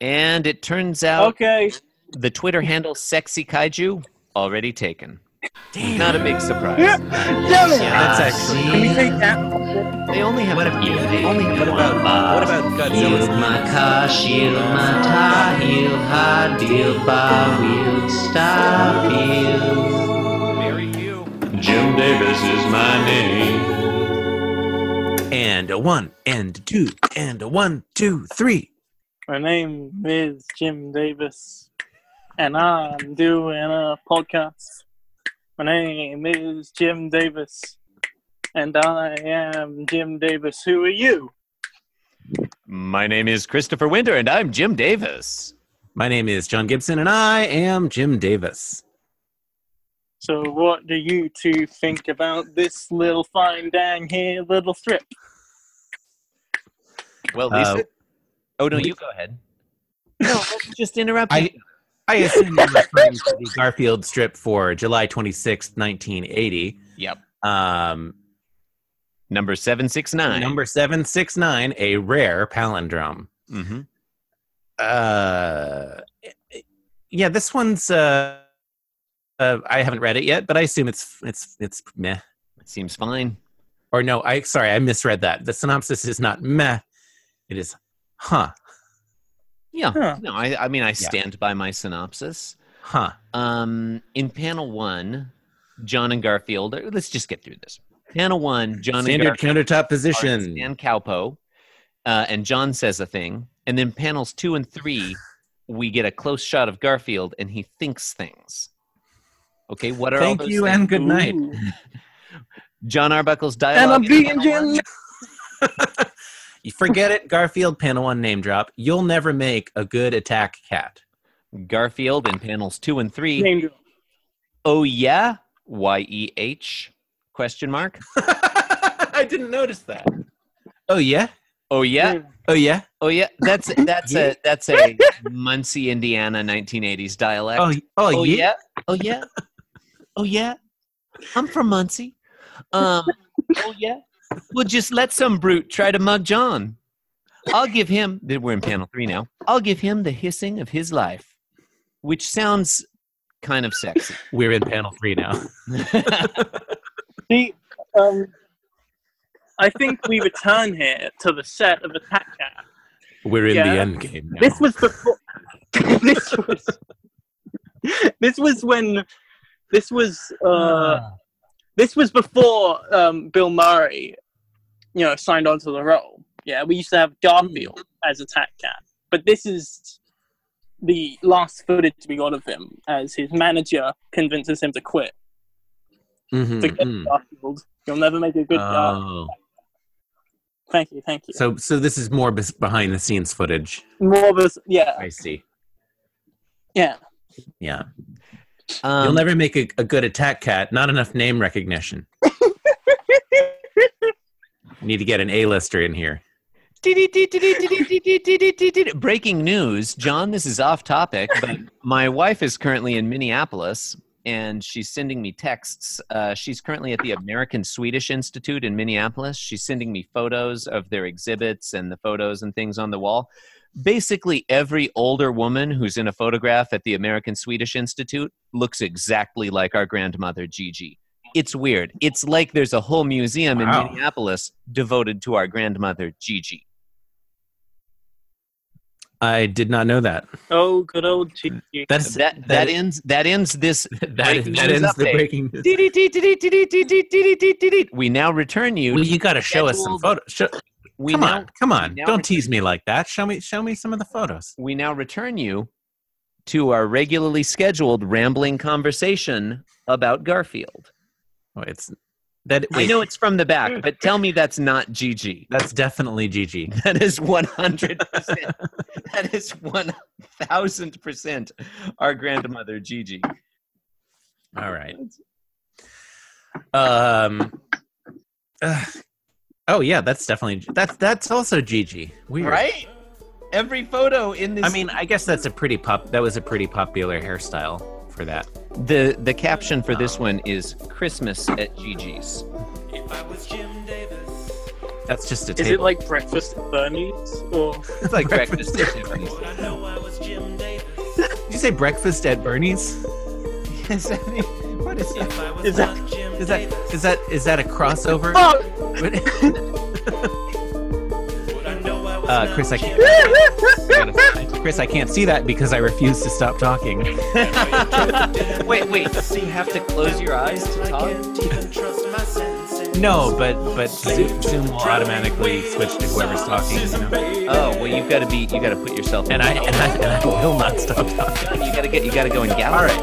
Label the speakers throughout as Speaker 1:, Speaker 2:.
Speaker 1: And it turns out
Speaker 2: Okay.
Speaker 1: the Twitter handle sexy kaiju already taken. Not a big surprise.
Speaker 2: Damn it!
Speaker 3: Ah,
Speaker 1: That's actually
Speaker 2: Can we take that?
Speaker 1: they only have
Speaker 4: What
Speaker 1: a few.
Speaker 4: about-
Speaker 1: They only have
Speaker 4: what
Speaker 1: one
Speaker 4: about-
Speaker 1: box.
Speaker 4: What about
Speaker 3: Shield
Speaker 4: Godzilla's
Speaker 3: my car, shield my tie heel, high deal, bar wheel, star heel.
Speaker 1: very few?
Speaker 3: Jim Davis is my name.
Speaker 4: And a one, and a two, and a one, two, three.
Speaker 2: My name is Jim Davis, and I'm doing a podcast. My name is Jim Davis, and I am Jim Davis. Who are you?
Speaker 1: My name is Christopher Winter, and I'm Jim Davis.
Speaker 4: My name is John Gibson, and I am Jim Davis.
Speaker 2: So, what do you two think about this little fine dang here little strip?
Speaker 1: Well,
Speaker 4: Uh,
Speaker 1: Lisa. oh no, you go ahead. No, let's just interrupt.
Speaker 4: I, I assume you're referring to the Garfield strip for July twenty sixth, 1980.
Speaker 1: Yep.
Speaker 4: Um,
Speaker 1: Number seven six nine.
Speaker 4: number 769, a rare palindrome.
Speaker 1: Mm-hmm.
Speaker 4: Uh, yeah, this one's. Uh, uh, I haven't read it yet, but I assume it's it's it's meh.
Speaker 1: Seems fine.
Speaker 4: Or no, I sorry, I misread that. The synopsis is not meh. It is, huh,
Speaker 1: Yeah.
Speaker 2: Huh.
Speaker 1: No, I, I mean I stand by my synopsis.
Speaker 4: huh.
Speaker 1: Um, in panel one, John and Garfield. are- Let's just get through this. Panel one, John and
Speaker 4: Standard
Speaker 1: Garfield.
Speaker 4: countertop
Speaker 1: Artist
Speaker 4: position.
Speaker 1: and Calpo, uh, and John says a thing, and then panels two and three, we get a close shot of Garfield, and he thinks things. Okay, what are all
Speaker 4: Thank
Speaker 1: those
Speaker 4: you
Speaker 1: things?
Speaker 4: and good night.
Speaker 2: Ooh.
Speaker 1: John Arbuckle's
Speaker 2: And
Speaker 1: dialogue?
Speaker 2: I'm
Speaker 1: in
Speaker 2: vegan,
Speaker 1: panel
Speaker 2: Jim.
Speaker 1: one?
Speaker 4: You forget it, Garfield panel one name drop. You'll never make a good attack cat.
Speaker 1: Garfield in panels two and three.
Speaker 2: Name drop.
Speaker 1: Oh yeah, Y E H question mark.
Speaker 4: I didn't notice that. Oh yeah,
Speaker 1: Oh yeah,
Speaker 4: oh yeah,
Speaker 1: oh yeah. That's that's a that's a Muncie, Indiana, 1980s dialect.
Speaker 4: oh oh,
Speaker 1: Oh
Speaker 4: yeah.
Speaker 1: yeah. Oh yeah. Oh yeah. I'm from Muncie. Um oh yeah. Well just let some brute try to mug John. I'll give him we're in panel three now. I'll give him the hissing of his life. Which sounds kind of sexy.
Speaker 4: We're in panel three now.
Speaker 2: See, um, I think we return here to the set of Attack Cat.
Speaker 4: We're in
Speaker 2: Yeah.
Speaker 4: the end game. Now.
Speaker 2: This was before. this was. This was when. This was. Uh, this was before um, Bill Murray, you know, signed on to the role. Yeah, we used to have Garfield as a Tat Cat, but this is the last footage we got of him as his manager convinces him to quit.
Speaker 4: Mhm,
Speaker 2: Forget
Speaker 4: mhm.
Speaker 2: Garfield, you'll never make a good job.
Speaker 4: Oh.
Speaker 2: Thank you, thank you.
Speaker 4: So so this is more bes- behind the scenes footage.
Speaker 2: More of us, yeah,
Speaker 4: I see.
Speaker 2: yeah.
Speaker 4: Yeah.
Speaker 1: Um,
Speaker 4: You'll never make a, a good attack cat. Not enough name recognition. Need to get an A-lister in here.
Speaker 1: Breaking news, John. This is off topic, but my wife is currently in Minneapolis, and she's sending me texts. Uh, she's currently at the American Swedish Institute in Minneapolis. She's sending me photos of their exhibits and the photos and things on the wall. Basically, every older woman who's in a photograph at the American Swedish Institute looks exactly like our grandmother Gigi. It's weird. It's like there's a whole museum
Speaker 4: Wow.
Speaker 1: in Minneapolis devoted to our grandmother Gigi.
Speaker 4: I did not know that.
Speaker 2: Oh, good old Gigi.
Speaker 4: That's
Speaker 1: that that,
Speaker 4: that-
Speaker 1: ends that ends this
Speaker 4: that,
Speaker 1: Breaking
Speaker 4: that
Speaker 1: news
Speaker 4: ends the
Speaker 1: update.
Speaker 4: breaking news.
Speaker 1: we now return
Speaker 4: Well,
Speaker 1: you
Speaker 4: you got to show us some
Speaker 1: scheduled-
Speaker 4: photos. Show,
Speaker 1: we
Speaker 4: come
Speaker 1: now
Speaker 4: on, come on!
Speaker 1: now
Speaker 4: Don't
Speaker 1: return-
Speaker 4: tease me like that. Show me, show me some of the photos.
Speaker 1: we now return you to our regularly scheduled rambling conversation about Garfield.
Speaker 4: Oh, it's that.
Speaker 1: I
Speaker 4: wait,
Speaker 1: know it's from the back, but tell me that's not Gigi.
Speaker 4: that's definitely Gigi.
Speaker 1: That is 100%. that is 1000% our grandmother Gigi.
Speaker 4: All right. Um. ugh. oh yeah, that's definitely that's that's also Gigi. Weird.
Speaker 1: Right? Every photo in this
Speaker 4: I mean, I guess that's a pretty pop. That was a pretty popular hairstyle for that.
Speaker 1: The the caption for this one is Christmas at Gigi's.
Speaker 5: If I was Jim Davis,
Speaker 4: That's just a
Speaker 2: Is
Speaker 4: table.
Speaker 2: it like breakfast at Bernie's or
Speaker 1: It's like breakfast.
Speaker 4: Did you say breakfast at Bernie's?
Speaker 1: Is that the- what is that?
Speaker 2: is that?
Speaker 4: Is that is that is that a crossover?
Speaker 2: Oh,
Speaker 4: uh, Chris, I can't. Chris, I can't see that because I refuse to stop talking.
Speaker 1: Wait, wait. So you have to close your eyes to talk?
Speaker 4: No, but but Zoom, Zoom will automatically switch to whoever's talking. You know?
Speaker 1: Oh, well, you've got to be. You got to put yourself. in.
Speaker 4: And I and I, and I will not stop talking.
Speaker 1: you got to get. You got to go and gather.
Speaker 4: All right.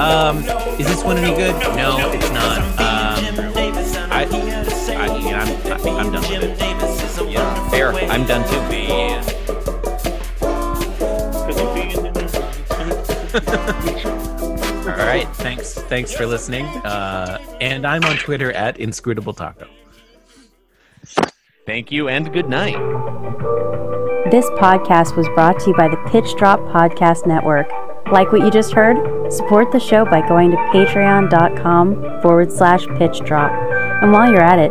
Speaker 4: Um, is this one any good? No, it's not. Um, I, I, yeah, I'm, I think I'm done with it.
Speaker 1: Yeah, fair. I'm done too.
Speaker 4: All right. Thanks. Thanks for listening. Uh, and I'm on Twitter at inscrutable taco.
Speaker 1: Thank you and good night.
Speaker 5: This podcast was brought to you by the Pitch Drop Podcast Network. Like what you just heard? Support the show by going to patreon.com forward slash pitch drop. And while you're at it,